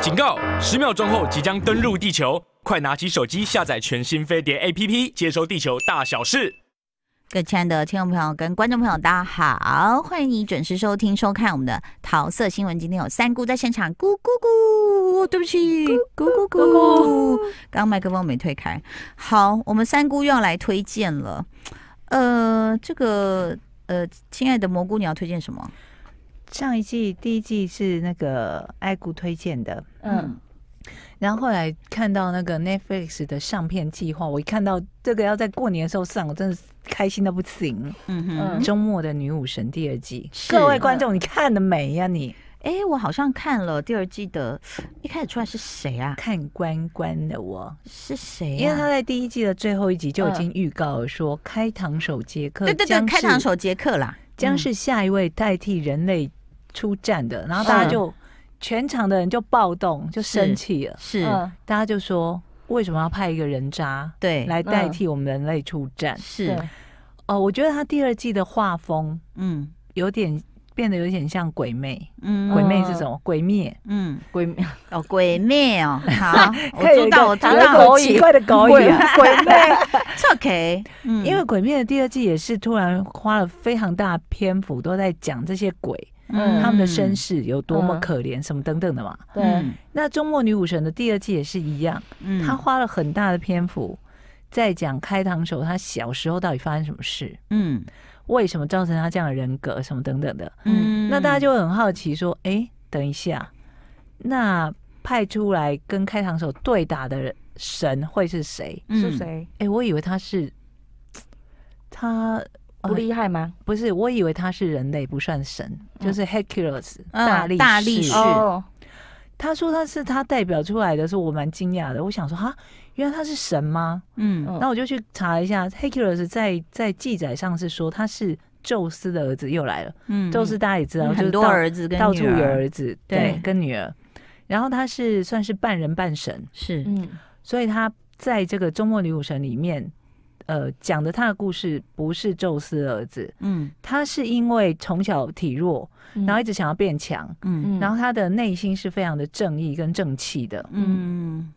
警告！十秒钟后即将登陆地球，快拿起手机下载全新飞碟 APP，接收地球大小事。各位亲爱的听众朋友跟观众朋友，大家好，欢迎你准时收听收看我们的桃色新闻。今天有三姑在现场，咕咕咕，对不起，咕咕咕，刚刚麦克风没推开。好，我们三姑又要来推荐了，呃，这个呃，亲爱的蘑菇，你要推荐什么？上一季第一季是那个爱谷推荐的，嗯，然后后来看到那个 Netflix 的上片计划，我一看到这个要在过年的时候上，我真的是开心的不行。嗯嗯，哼，周末的女武神第二季，是各位观众，你看了没呀、你哎、我好像看了第二季的，一开始出来是谁啊？看关关的我，是谁、啊因为他哎呀？嗯在第一季的最后一集就已经预告了说，开膛手杰克对对对，将开是膛手嗯杰克啦，将是下一位代替人类出战的，然后大家就全场的人就暴动，就是生气了，是，嗯大家就说为什么要派一个人渣？对，来代嗯替我们人类出战。是，对哦，我觉得他第二季的画风嗯有点变得有点像鬼魅，嗯鬼嗯魅是什么？鬼灭，嗯，鬼灭哦，鬼妹哦， 好，我可以有知一道，个我知有一个道，狗奇怪的狗鬼语啊，鬼 魅。这 OK，嗯，因为鬼灭的第二季也是突然花了非常大的篇幅都在讲这些鬼嗯他们的身，世有多么嗯可怜，什么等等的嘛。对，那周末女武神的第二季也是一样，嗯她花了很大的篇幅在讲开膛手他小时候到底发生什么事，嗯为什么造成他这样的人格，什么等等的。嗯，那大家就会很好奇说，哎、等一下，那派出来跟开膛手对打的人神会是谁？嗯是？谁？哎、我以为他是他不厉害吗？不是，我以为他是人类，不算神，就是 Hercules、嗯大力士。大力士哦，他说他是他代表出来的，是我蛮惊讶的。我想说哈，原来他是神吗？嗯嗯那我就去查一下，Hercules 在在记载上是说他是宙斯的儿子，又来了。嗯宙斯大家也知道，就是很多到儿子跟到女处有儿儿子，对对，跟女儿。然后他是算是半人半神，是，嗯，所以他在这个周末女武神里面，呃，讲的他的故事不是宙斯的儿子，嗯他是因为从小体弱，嗯然后一直想要变强，嗯嗯然后他的内心是非常的正义跟正气的，嗯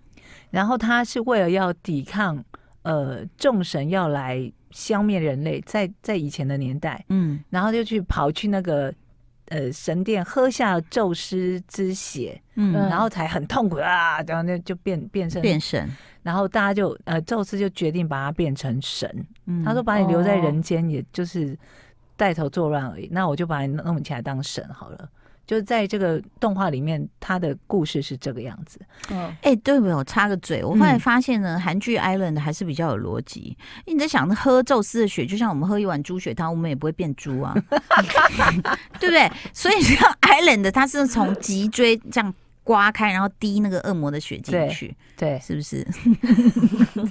然后他是为了要抵抗，呃，众神要来消灭人类，在在以前的年代，嗯然后就去跑去那个呃神殿喝下宙斯之血，嗯，然后才很痛苦啊，然后那就变变身，变神，然后大家就呃宙斯就决定把他变成神，嗯他说把你留在哦人间，也就是带头作乱而已，那我就把你弄起来当神好了。就在这个动画里面，他的故事是这个样子。嗯哎、对我有插个嘴，我后来嗯发现呢，韩剧《Island》还是比较有逻辑。因为你在想喝宙斯的血，就像我们喝一碗猪血汤，我们也不会变猪 啊，对不对？所以像《Island》它是从脊椎这样刮开，然后滴那个恶魔的血进对去，对，是不 是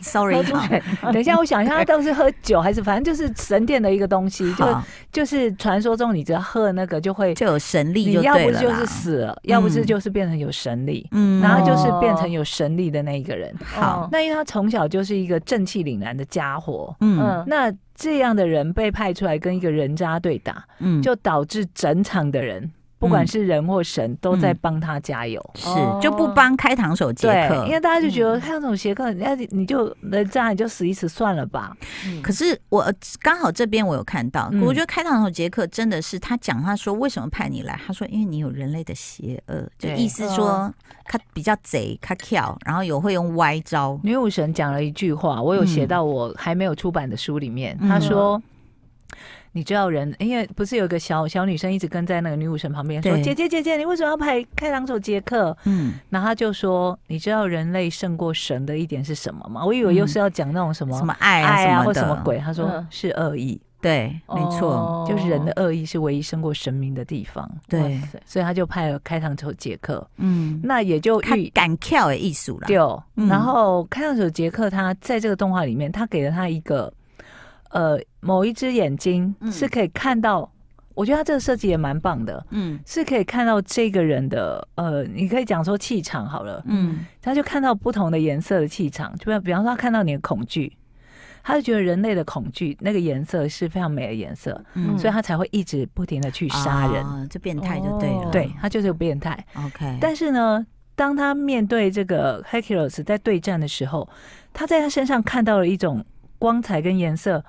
？Sorry，喝出哈水，等一下，我想一下，他都是喝酒还是反正就是神殿的一个东西，就好，就是传说中你只要喝了那个就会就有神力你就要对不了就是啦。死了，要不是嗯就是变成有神力，嗯然后就是哦变成有神力的那一个人。好，那因为他从小就是一个正气凛然的家伙，嗯嗯，那这样的人被派出来跟一个人渣对打，嗯，就导致整场的人，不管是人或神，都在帮他加油。是就不帮开膛手嗯杰哦对克，，嗯因为大家就觉得看这种邪客，人家你就人渣你就死一死算了吧。嗯可是我呃刚好这边我有看到，嗯我觉得开膛手杰克真的是他讲，他说为什么派你来？他说因为你有人类的邪恶，就对意思说他比较贼，他跳，然后有会用歪招。女武神讲了一句话，我有写嗯到我还没有出版的书里面，嗯她说。你知道人，因为不是有一个小小女生一直跟在那个女武神旁边说对：“姐姐姐姐，你为什么要拍开膛手杰克嗯，？”然后她就说：“你知道人类胜过神的一点是什么吗？”我以为又是要讲那种什么什么爱啊爱什啊么或的，什么鬼，她说嗯是恶意，对，没错，哦就是人的，恶意是唯一胜过神明的地方，对哇，塞所以她就派了开膛手杰克，嗯，那也就他预敢跳的艺术啦。对，嗯然后开膛手杰克他在这个动画里面，他给了他一个呃某一只眼睛嗯是可以看到，我觉得他这个设计也蛮棒的，嗯是可以看到这个人的呃，你可以讲说气场好了，嗯他就看到不同的颜色的气场，就比比方说他看到你的恐惧。他就觉得人类的恐惧那个颜色是非常美的颜色，嗯，所以他才会一直不停的去杀人。啊，这变态就对了。哦对他就是个变态， ，OK，但是呢，当他面对这个 Hecaros 在对战的时候，他在他身上看到了一种光彩跟颜色，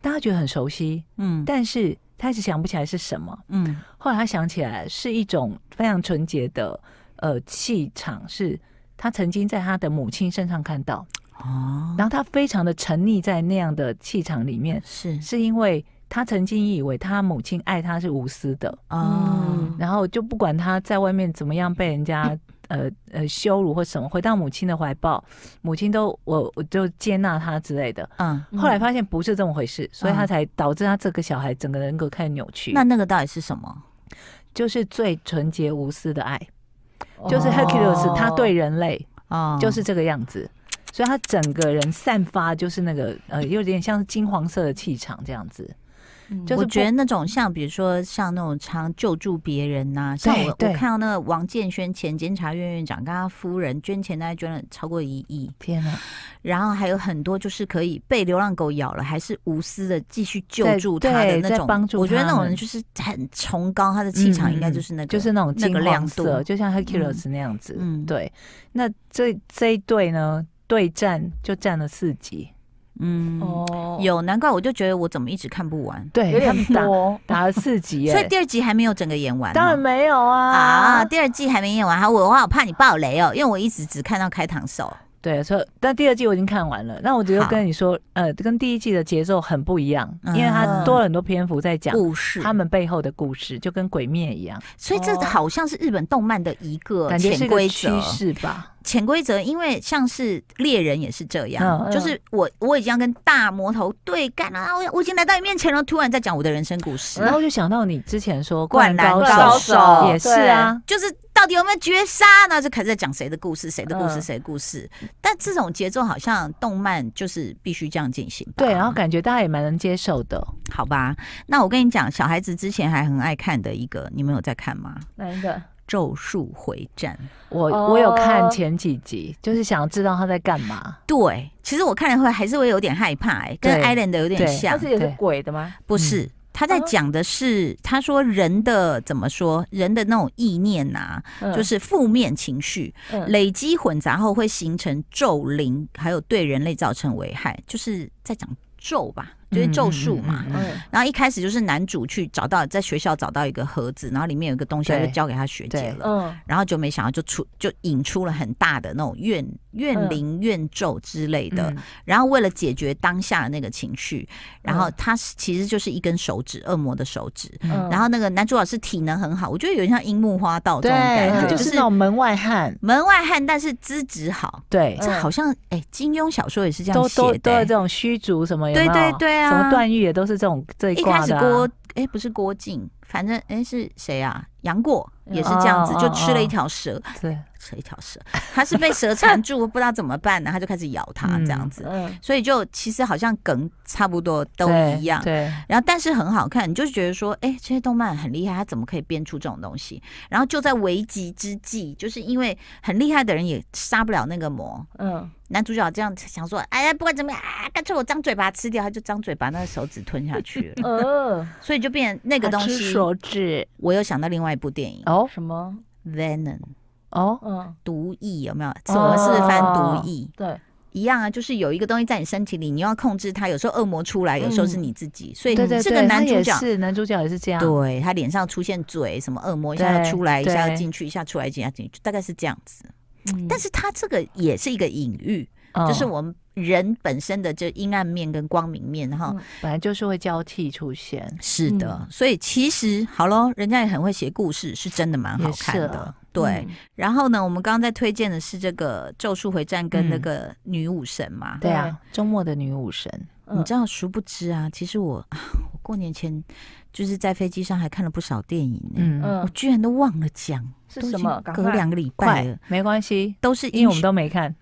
大家觉得很熟悉，嗯但是他一直想不起来是什么。嗯后来他想起来，是一种非常纯洁的呃气场，是他曾经在他的母亲身上看到，哦，然后他非常的沉溺在那样的气场里面，是是因为他曾经以为他母亲爱他是无私的，哦，然后就不管他在外面怎么样被人家。呃呃，羞辱或什么，回到母亲的怀抱，母亲都我我就接纳他之类的。嗯，后来发现不是这么回事，所以他嗯才导致他这个小孩整个人格开始扭曲。那那个到底是什么？就是最纯洁无私的爱，哦就是 Hercules 他对人类哦，就是这个样子，所以他整个人散发就是那个呃有点像是金黄色的气场这样子，嗯就是我不觉得那种像比如说像那种常救助别人呐、像我我对看到那个王建轩前监察院院长跟他夫人捐钱，大概捐了超过一亿，天哪，然后还有很多就是可以被流浪狗咬了，还是无私的继续救在助他的对那在种，帮助我觉得他那种人们嗯就是很崇高，他的气场应该就是那个，就是那种那金个亮黄度色，就像 Hercules 那样子。嗯对，那这这一对呢对战就战了四集，嗯，哦，有难怪我就觉得我怎么一直看不完，有对他点们打多， 打了四集所以耶，第二集还没有整个演完哦，当然没有啊，啊，第二季还没演完，好，我我好怕你爆雷哦，因为我一直只看到开膛手。对，所以但第二季我已经看完了，那我只好就跟你说，呃，跟第一季的节奏很不一样，因为嗯它多了很多篇幅在讲故事，他们背后的故事，就跟《鬼灭》一样，所以这哦好像是日本动漫的一个感觉是呃潜一个规趋则。势吧。潜规则，因为像是猎人也是这样，嗯嗯就是我我已经要跟大魔头对干了、啊，我我已经来到你面前了，突然在讲我的人生故事，然后就想到你之前说《灌灌篮篮高高手手》也是啊，就是到底有没有绝杀呢？就开始在讲谁的故事，谁的故事，嗯谁的故事。但这种节奏好像动漫就是必须这样进行吧，对，然啊后感觉大家也蛮能接受的。好吧。那我跟你讲，小孩子之前还很爱看的一个，你们有在看吗？哪一个？ 《咒术回战》。我哦我有看前几集，就是想知道他在干嘛。对，其实我看了会还是会有点害怕、欸，跟对 Island 有点对嗯像它。是也是对鬼的吗？不是，他在啊讲的是，他说人的怎么说，人的那种意念呐、嗯就是负面情绪嗯累积混杂后会形成咒灵，还有对人类造成危害，就是在讲咒吧，就是咒术嘛。嗯嗯嗯嗯嗯然后一开始就是男主去找到在学校找到一个盒子，然后里面有一个东西，他对就交给他学姐对了。嗯，然后就没想到就出就引出了很大的那种怨怨嗯灵怨咒之类的，嗯然后为了解决当下的那个情绪，然后他是其实就是一根手指，恶魔的手指。嗯然后那个男主角是体能很好，我觉得有点像樱木花道这对，种感他觉，就就是是那种门外汉，门外汉，但是资质好。对，这好像哎，金庸小说也是这样都写都都的有哎。这种虚竹什么有没对有？对对啊什么段誉也都是这种这一挂开始的啊。郭哎不是郭靖，反正哎是谁啊？杨过也是这样子，哦就哦吃了一哦条蛇，对，吃了一条蛇，他是被蛇缠住，不知道怎么办呢，他就开始咬他这样嗯子。嗯所以就其实好像梗差不多都对一样，对，然后但是很好看，你就觉得说，哎、这些动漫很厉害，他怎么可以编出这种东西？然后就在危急之际，就是因为很厉害的人也杀不了那个魔。嗯，男主角这样想说，哎呀，不管怎么样啊，干脆我张嘴把它吃掉，他就张嘴把那个手指吞下去了，呃，所以就变成那那个东西。手指我又想到另外一部电影《哦什么？ Venom》哦，嗯，毒液，有没有？左是翻毒液。对，一样啊，就是有一个东西在你身体里，你要控制它。有时候恶魔出来，有时候是你自己，所以嗯对对哎这个对，他男主也角是男主角也是这样，对他脸上出现嘴什么恶魔，一下要对出来，一下要对进去，一下出来，一下进去，大概是这样子。嗯但是他这个也是一个隐喻，嗯，就是我们人本身的这阴暗面跟光明面，然后嗯本来就是会交替出现，是嗯的，所以其实好咯，人家也很会写故事，是真的蛮好看也是的啊。对，，然后呢，我们刚刚在推荐的是这个《咒术回战》跟那个女武神嘛。嗯对啊，周末的女武神，嗯你知道，殊不知啊，其实我我过年前就是在飞机上还看了不少电影呢、嗯，我嗯，居然都忘了讲。是都已什经么？赶隔快两个礼拜快了，没关系，都是因为我们都都没看，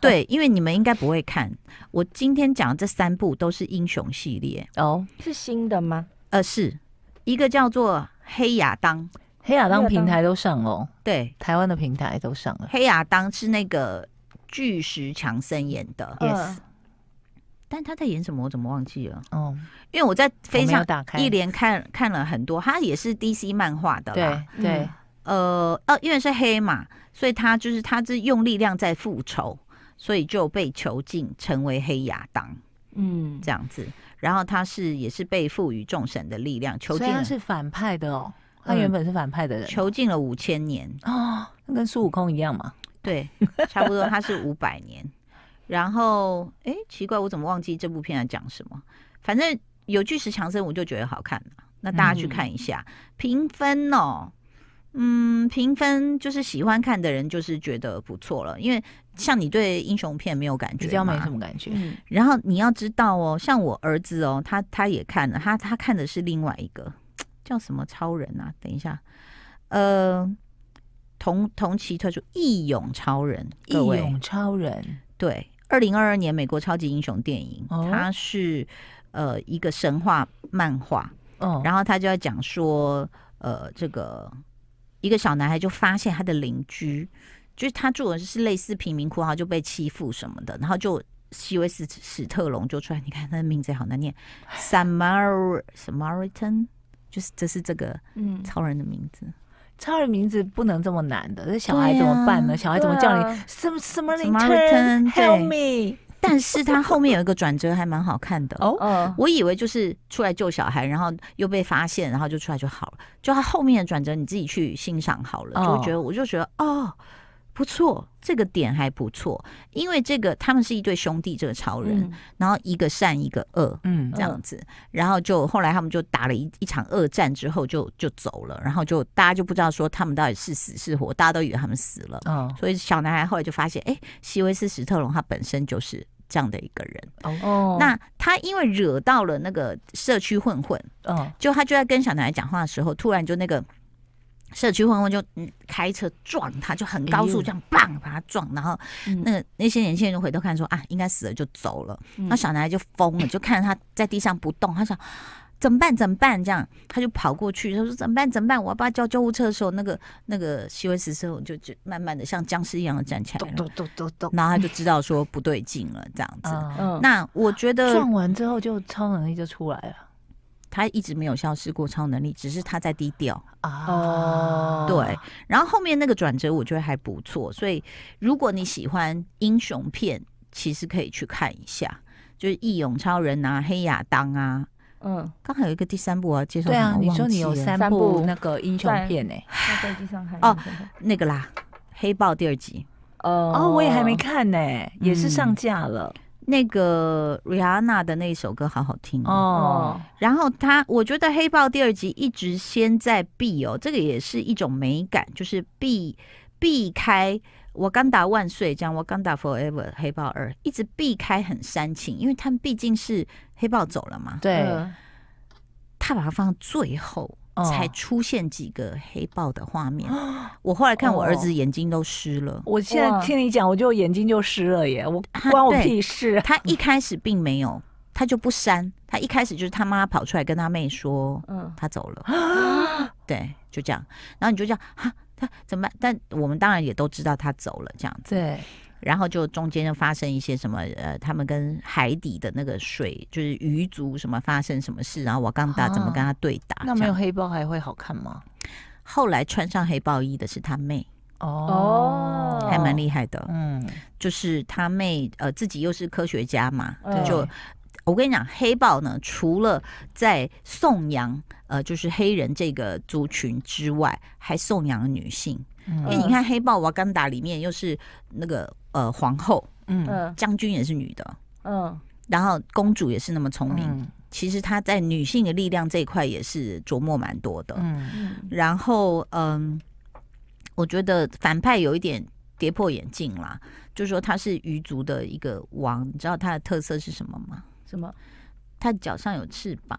对，因为你们应该不会看。我今天讲的这三部都是英雄系列，哦，是新的吗？呃，是一个叫做《黑亚当》，黑亚当黑亚当平台都上了，对，台湾的平台都上了《黑亚当》是那个巨石强森演的，嗯 Yes 嗯但他在演什么我怎么忘记了？哦，因为我在我非没有常打开一连看看了很多，他也是 DC 漫画的啦。对对，呃呃，因为是黑马，所以他就是他是用力量在复仇，所以就被囚禁成为黑亚当嗯，这样子。然后他是也是被赋予众神的力量，囚所禁以他了是啊反派的哦，他嗯原本是反派的人囚禁了五千年，哦，那跟孙悟空一样嘛。对，差不多他是五百年。然后哎，奇怪，我怎么忘记这部片在讲什么？反正有巨石强森，我就觉得好看了那大家嗯去看一下，评分哦，嗯，评分就是喜欢看的人就是觉得不错了，因为像你对英雄片没有感觉，比较没什。么感觉。嗯然后你要知道哦，像我儿子哦，他他也看了，他他看的是另外一个叫什么超人啊？等一下，呃，同同期推出《义勇超人》，义各位勇超人，对，二零二二年美国超级英雄电影，哦它是呃一个神话漫画，哦，然后他就在讲说，呃，这个一个小男孩就发现他的邻居，就是他住的是类似贫民窟，然后就被欺负什么的，然后就西维斯史特龙就出来，你看他的名字也好难念，Samar Samaritan，就是这是这个嗯，超人的名字超人名字不能这么难的，这小孩对啊怎么办呢？小孩怎么叫对你啊什么什么 Samaritan， Help me？但是他后面有一个转折还蛮好看的。哦，哦，我以为就是出来救小孩，然后又被发现，然后就出来就好了。就他后面的转折，你自己去欣赏好了，就哦会觉得我就觉得哦，不错，这个点还不错，因为这个他们是一对兄弟，这个超人，嗯然后一个善一个恶。嗯这样子，然后就后来他们就打了一一场恶战之后就就走了，然后就大家就不知道说他们到底是死是活，大家都以为他们死了，哦所以小男孩后来就发现，哎、希维斯·史特龙他本身就是这样的一个人，哦，那他因为惹到了那个社区混混，哦，就他就在跟小男孩讲话的时候，突然就那个社区混混就嗯开车撞他，就很高速这样棒把他撞，然后嗯那个哎那些年轻人就回头看说啊，应该死了就走了。嗯那小男孩就疯了，就看着他在地上不动，他想。怎么办？怎么办？这样，他就跑过去，他说：“怎么办？怎么办？我要不要叫救护车的时候，那个那个西维斯之后就就慢慢的像僵尸一样的站起来咚，咚咚咚咚，然后他就知道说不对劲了，这样子。嗯，嗯，那我觉得撞完之后就超能力就出来了他一直没有消失过超能力，只是他在低调。啊哦对，然后后面那个转折我觉得还不错，所以如果你喜欢英雄片，其实可以去看一下，就是《义勇超人》啊，《黑亚当》啊。嗯，刚好有一个第三部我要介绍对什么，啊，你说你有忘记了三三部部那个英雄在片呢？在飞机上看哦，那个啦，《黑豹》第二集，哦哦，我也还没，看呢，也是上嗯架了那个 Rihanna 的那一首歌好好听哦。哦哦，然后他，我觉得《黑豹》第二集一直先在避哦，这个也是一种美感，就是避避开“我刚打万岁”这样，“我刚打 forever”《黑豹二》一直避开很煽情，因为他们毕竟是黑豹走了嘛，对，嗯他把它放到最后。哦才出现几个黑豹的画面，我后来看我儿子眼睛都湿了。我现在哇听你讲，我就眼睛就湿了耶！我他关我对屁事啊！他一开始并没有，他就不删，他一开始就是他妈跑出来跟他妹说，嗯他走了，对，就这样。然后你就这样哈，他怎么办？但我们当然也都知道他走了这样子。对，然后就中间就发生一些什么呃，他们跟海底的那个水，就是鱼族什么发生什么事，然后瓦干达怎么跟他对打。啊那啊这没有样黑豹还会好看吗？后来穿上黑豹衣的是他妹，哦，还蛮厉害的。嗯，就是他妹呃自己又是科学家嘛，嗯就我跟你讲，黑豹呢，除了在颂扬呃就是黑人这个族群之外，还颂扬了女性。因为嗯你看黑豹瓦干达里面又是那个呃皇后嗯嗯将军也是女的，嗯然后公主也是那么聪明，嗯其实她在女性的力量这一块也是琢磨蛮多的。嗯，嗯然后嗯，我觉得反派有一点跌破眼镜啦，就是说他是鱼族的一个王，你知道他的特色是什么吗？什么他脚上有翅膀，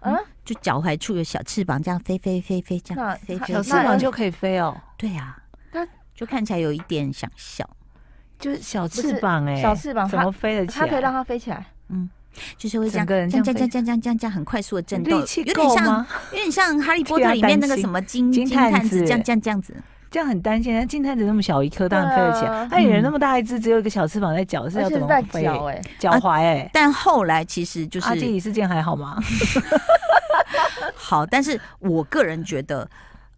啊？就脚踝处有小翅膀，这样飞飞飞飞，这那样飞他飞小有翅飞膀就可以飞哦，对啊，他就看起来有一点想笑，就是小不翅是膀哎，小翅膀怎它么飞得起它可以让来？它飞起来，就是会这整样。个人这样像这飞样这样这样这样这样很快速的震动，力气有点够像吗？有点像《哈利波替特》他里面那担个心什么金金金探探子，子这样这样这样子。 这样很担心，那金探子那么小一颗，当然飞得起对来啊。那野嗯人那么大一只，只有一个小翅膀在脚，是而要且怎么是在飞？脚哎，脚踝哎，但后来其实就是阿基里斯腱还好吗？好，但是我个人觉得，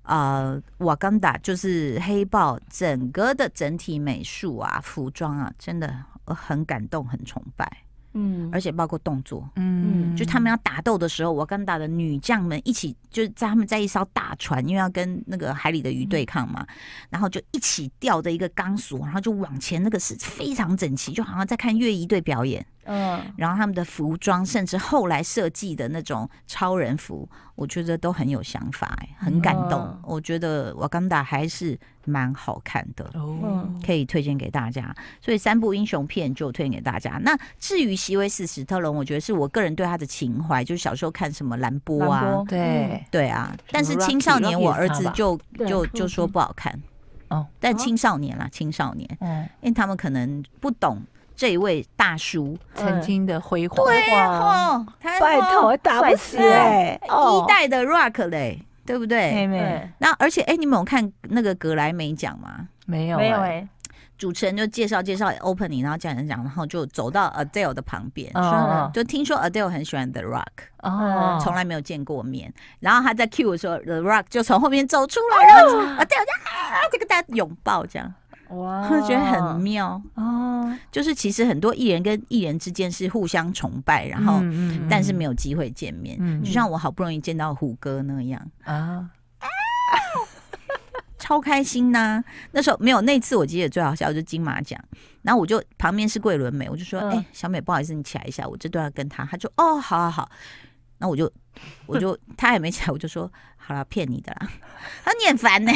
呃瓦干达就是黑豹整个的整体美术啊、服装啊，真的呃很感动、很崇拜，嗯，而且包括动作。嗯就他们要打斗的时候，瓦干达的女将们一起，就是在他们在一艘大船，因为要跟那个海里嗯的鱼对抗嘛，然后就一起吊着一个钢索，然后就往前，那个是非常整齐，就好像在看乐仪队表演。嗯，然后他们的服装，甚至后来设计的那种超人服，我觉得都很有想法、哎很感动。嗯我觉得瓦干达还是蛮好看的。哦，可以推荐给大家。所以三部英雄片就推荐给大家。那至于席维斯·史特龙，我觉得是我个人对他的情怀，就是小时候看什么蓝波啊。蓝波对，对啊，但是 Rocky，青少 Rocky 年是我他儿子吧就对就嗯就说不好看哦，但青少年啦，青少年，嗯，因为他们可能不懂这一位大叔嗯曾经的辉煌，对啊，哦，他 拜托哦打不死帅死哎，哦一代的 Rock 嘞，对不妹对？嗯妹对，那而且哎，你们有看那个格莱美奖吗？没有没有哎，哎，主持人就介绍介绍 opening，然后讲讲讲，然后就走到 Adele 的旁边，哦哦就听说 Adele 很喜欢 The Rock，哦，嗯从来没有见过面。然后他在 cue 的时候，The Rock 就从后面走出来，然后 Adele 就啊，就跟大家拥抱这样，哇我 觉得很妙。哦，就是其实很多艺人跟艺人之间是互相崇拜，然后、嗯嗯但是没有机会见面。嗯就像我好不容易见到虎哥那样，啊，超开心呐、那时候没有那次，我记得最好笑就是金马奖，然后我就旁边是桂纶镁，我就说：“哎、嗯小美，不好意思，你起来一下，我这段要跟她。”她就：“哦，好好好。”那我就我就 她还没起来，我就说：“好了，骗你的啦。” 她说你很烦呢、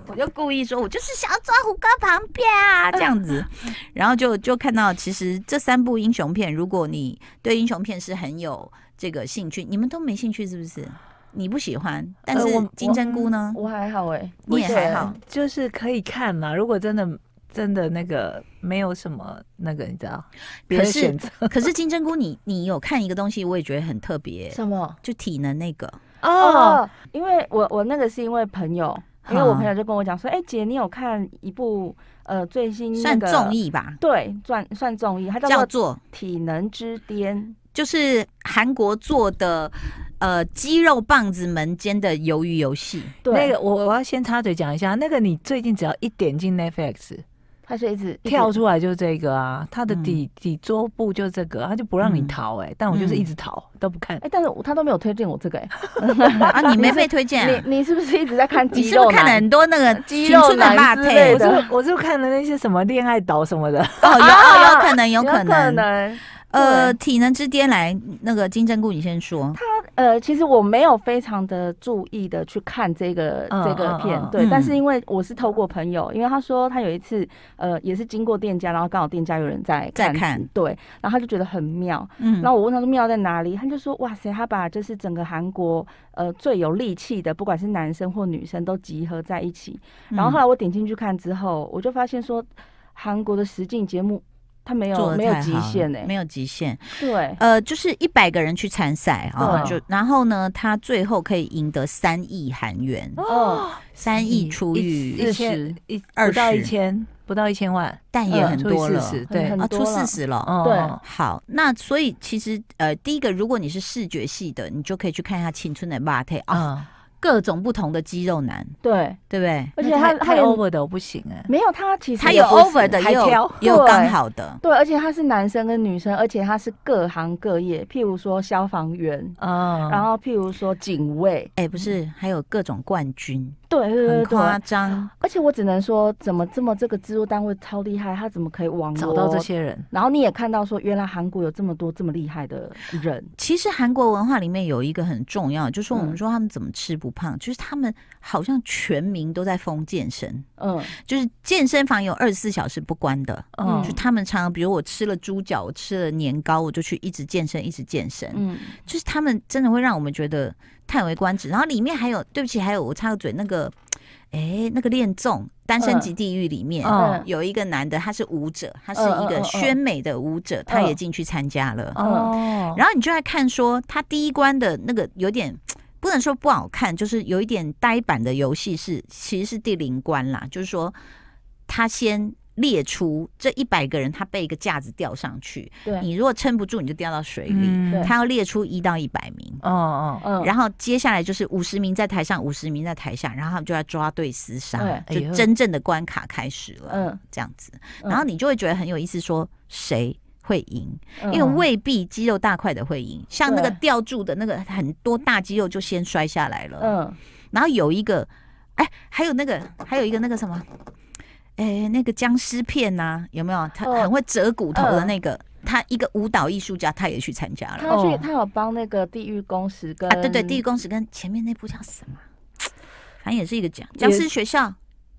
我就故意说：“我就是想要坐在胡歌旁边啊，这样子。” 然后就就看到，其实这三部英雄片，如果你对英雄片是很有这个兴趣，你们都没兴趣是不是？你不喜欢，但呃是我我金针菇呢？我还好哎，你也不是还好，就是可以看啦。如果真的真的那个没有什么那个，你知道，别可的是选择可是金针菇你，你有看一个东西，我也觉得很特别，什么？就体能那个，哦，因为我我那个是因为朋友，因为我哈朋友就跟我讲说，哎姐，你有看一部呃最新那算个综？艺吧，对，算算综艺，它叫叫做《做体能之巅》。就是韩国做的呃肌肉棒子门间的鱿鱼游 戏，对，那个我我要先插嘴讲一下，啊那个你最近只要一点进 Netflix，他就一直跳出出来就是这个啊，它的嗯底底桌布就这个，它就不让你嗯逃哎，但我就是一直逃都不看哎、。但是我他都没有推荐我这 个哎、啊，你没被推荐、啊， 你你是不是一直在看你肌是不肉是看了男？很多那个肌青肉春的男霸之类配我的？是不是我是不是看了那些什么恋爱岛什么的，哦，有啊哦，有可能，有可能，能，呃，体能之巅来那个金针菇，你先说，呃，其实我没有非常的注意的去看这个、嗯这个片，嗯嗯对、嗯但是因为我是透过朋友，因为他说他有一次，呃，也是经过店家，然后刚好店家有人在在看，对，然后他就觉得很妙，嗯然后我问他说妙在哪里，他就说哇塞，他把就是整个韩国呃最有力气的，不管是男生或女生都集合在一起。嗯然后后来我点进去看之后，我就发现说韩国的实境节目它没做有的没有极限哎、没有极限。对，呃，就是一百个人去参赛啊，对就然后呢，他最后可以赢得三亿韩元，哦，三亿除一以一千一二不到十一千，不到一千万，但也很嗯除以多了40对很，啊，很出多四了十了。哦对好，那所以其实呃，第一个，如果你是视觉系的，你就可以去看一下《青春的 b a t 啊，嗯，各种不同的肌肉男，对，对不对？而且那他太他太也 over 的我不行哎，没有他其实他也有不是 over 的，也还有挑也有对刚好的，对，而且他是男生跟女生，而且他是各行各业，譬如说消防员，嗯，然后譬如说警卫，哎，不是，还有各种冠军，对对很对对，夸张。而且我只能说，怎么这么这个制作单位超厉害，他怎么可以网罗找到这？些人，然后你也看到说，原来韩国有这么多这么厉害的人，其实韩国文化里面有一个很重要，就是我们嗯说他们怎么吃不胖，就是他们好像全民都在疯健身，嗯，就是健身房有二十四小时不关的。嗯就他们常常，比如我吃了猪脚，我吃了年糕，我就去一直健身，一直健身。嗯，就是他们真的会让我们觉得叹为观止。然后里面还有，对不起，还有我插个嘴，那个，哎，那个恋综《单身即地狱》里面。嗯有一个男的，他是舞者，他是哦嗯一个嗯嗯嗯宣美的舞者，他也进去参加了。哦，然后你就在看说他第一关的那个有点。不能说不好看，就是有一点呆板的游戏是，其实是第零关啦。就是说，他先列出这一百个人，他被一个架子吊上去，对，你如果撑不住，你就掉到水里。嗯，对他要列出一到一百名，哦哦，嗯然后接下来就是五十名在台上，五十名在台下，然后他们就要抓对厮杀，对哎就呦真正的关卡开始了。嗯这样子，嗯然后你就会觉得很有意思，说谁会赢？嗯因为未必肌肉大块的会赢，像那个对吊住的那个很多大肌肉就先摔下来了。嗯然后有一个，哎，还有那个，还有一个那个什么，哎，那个僵尸片呐、有没有？他哦嗯很会折骨头的那个，他一个舞蹈艺术家，他也去参加了。他去哦他有帮那个地狱公使跟啊，对对，地狱公使跟前面那部叫什么？反正也是一个僵也僵尸学校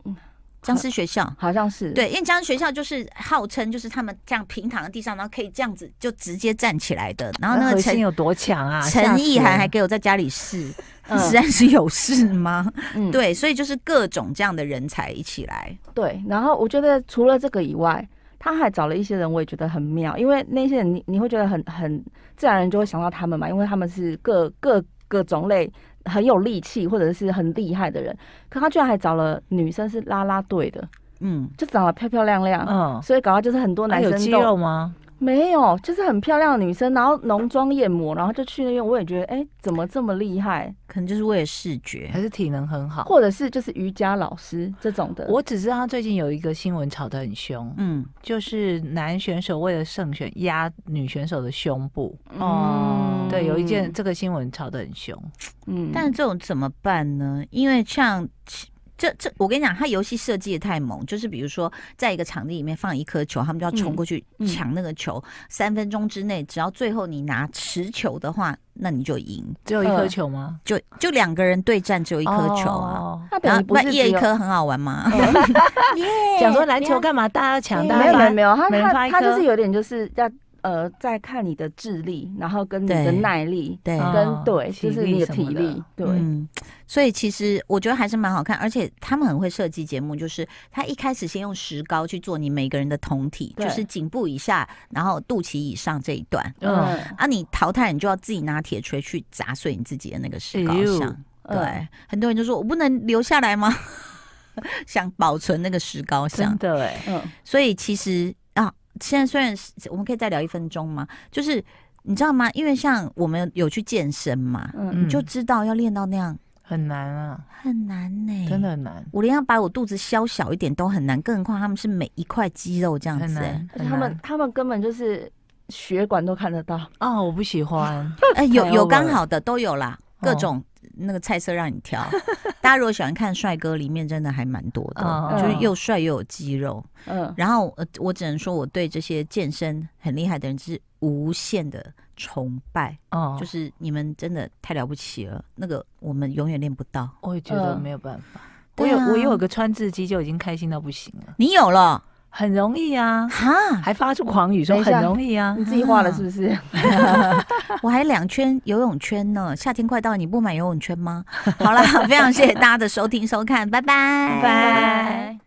嗯，僵尸学校。好像是对，因为僵尸学校就是号称就是他们这样平躺在地上，然后可以这样子就直接站起来的。然后那核个心陈有多强啊？吓陈死意涵人还给我在家里试，嗯实在是啊有事吗？ 嗯对，所以就是各种这样的人才一起来。对，然后我觉得除了这个以外，他还找了一些人，我也觉得很妙，因为那些人你你会觉得很很自然而然就会想到他们嘛，因为他们是各各各种类很有力气或者是很厉害的人，可他居然还找了女生是啦啦队的，嗯，就长得漂漂亮亮，嗯，所以搞到就是很多那男有生肌都肉吗？没有，就是很漂亮的女生，然后浓妆艳抹，然后就去那边，我也觉得哎、怎么这么厉害？可能就是为了视觉还。是体能很好？或者是就是瑜伽老师这种的，我只知道他最近有一个新闻炒得很凶，嗯，就是男选手为了胜选压女选手的胸部。哦对，有一件，这个新闻炒得很凶。嗯但这种怎么办呢？因为像其这这，我跟你讲，他游戏设计的太猛，就是比如说，在一个场地里面放一颗球，他们就要冲过去嗯嗯抢那个球，三分钟之内，只要最后你拿持球的话，那你就赢。只有一颗呃球吗？哦就就两个人对战，只有一一颗球啊。那然哦等后于不是一人只一有颗很好玩吗？讲说篮球干嘛？大家要抢，大没家有没有发没每有，他人发他一他就颗是有点就是要呃，在看你的智力，然后跟你的对耐力，对，嗯跟对，体就是力你的什体么的力，对，嗯，所以其实我觉得还是蛮好看，而且他们很会设计节目，就是他一开始先用石膏去做你每个人的酮体，对就是颈部以下，然后肚脐以上这一段。嗯，嗯啊，你淘汰你就要自己拿铁锤去砸碎你自己的那个石膏哎呦像。嗯对，很多人就说我不能留下来吗？ 想保存那个石膏像真。的哎，嗯所以其实啊，现在虽然是我们可以再聊一分钟吗？就是你知道吗？因为像我们有去健身嘛，嗯嗯，就知道要练到那样很难啊，很难呢、真的，很难，我连要把我肚子削小一点都很难，更何况他们是每一块肌肉这样很子、欸难。。而且很他们难他们根本就是血管都看得到，哦，我不喜欢，呃，有太有 over 刚了好的都有啦，各哦种。那个菜色让你 挑，大家如果喜欢看帅哥，里面真的还蛮多的，嗯就是嗯又帅又有肌肉。嗯然后呃我只能说，我对这些健身很厉害的人是无限的崇拜。 哦，就就是是你们真的太了不起了，那个我们永远练不到。我也觉得嗯没有办法。呃我对有我啊有个穿字机就已经开心到不行了，你有了很容易啊，哈，还发出狂语说等一很下容易啊，你自己画的是不是？ 我还两圈游泳圈呢。夏天快到，你不买游泳圈吗？好啦，非常谢谢大家的收听收看，拜拜，拜。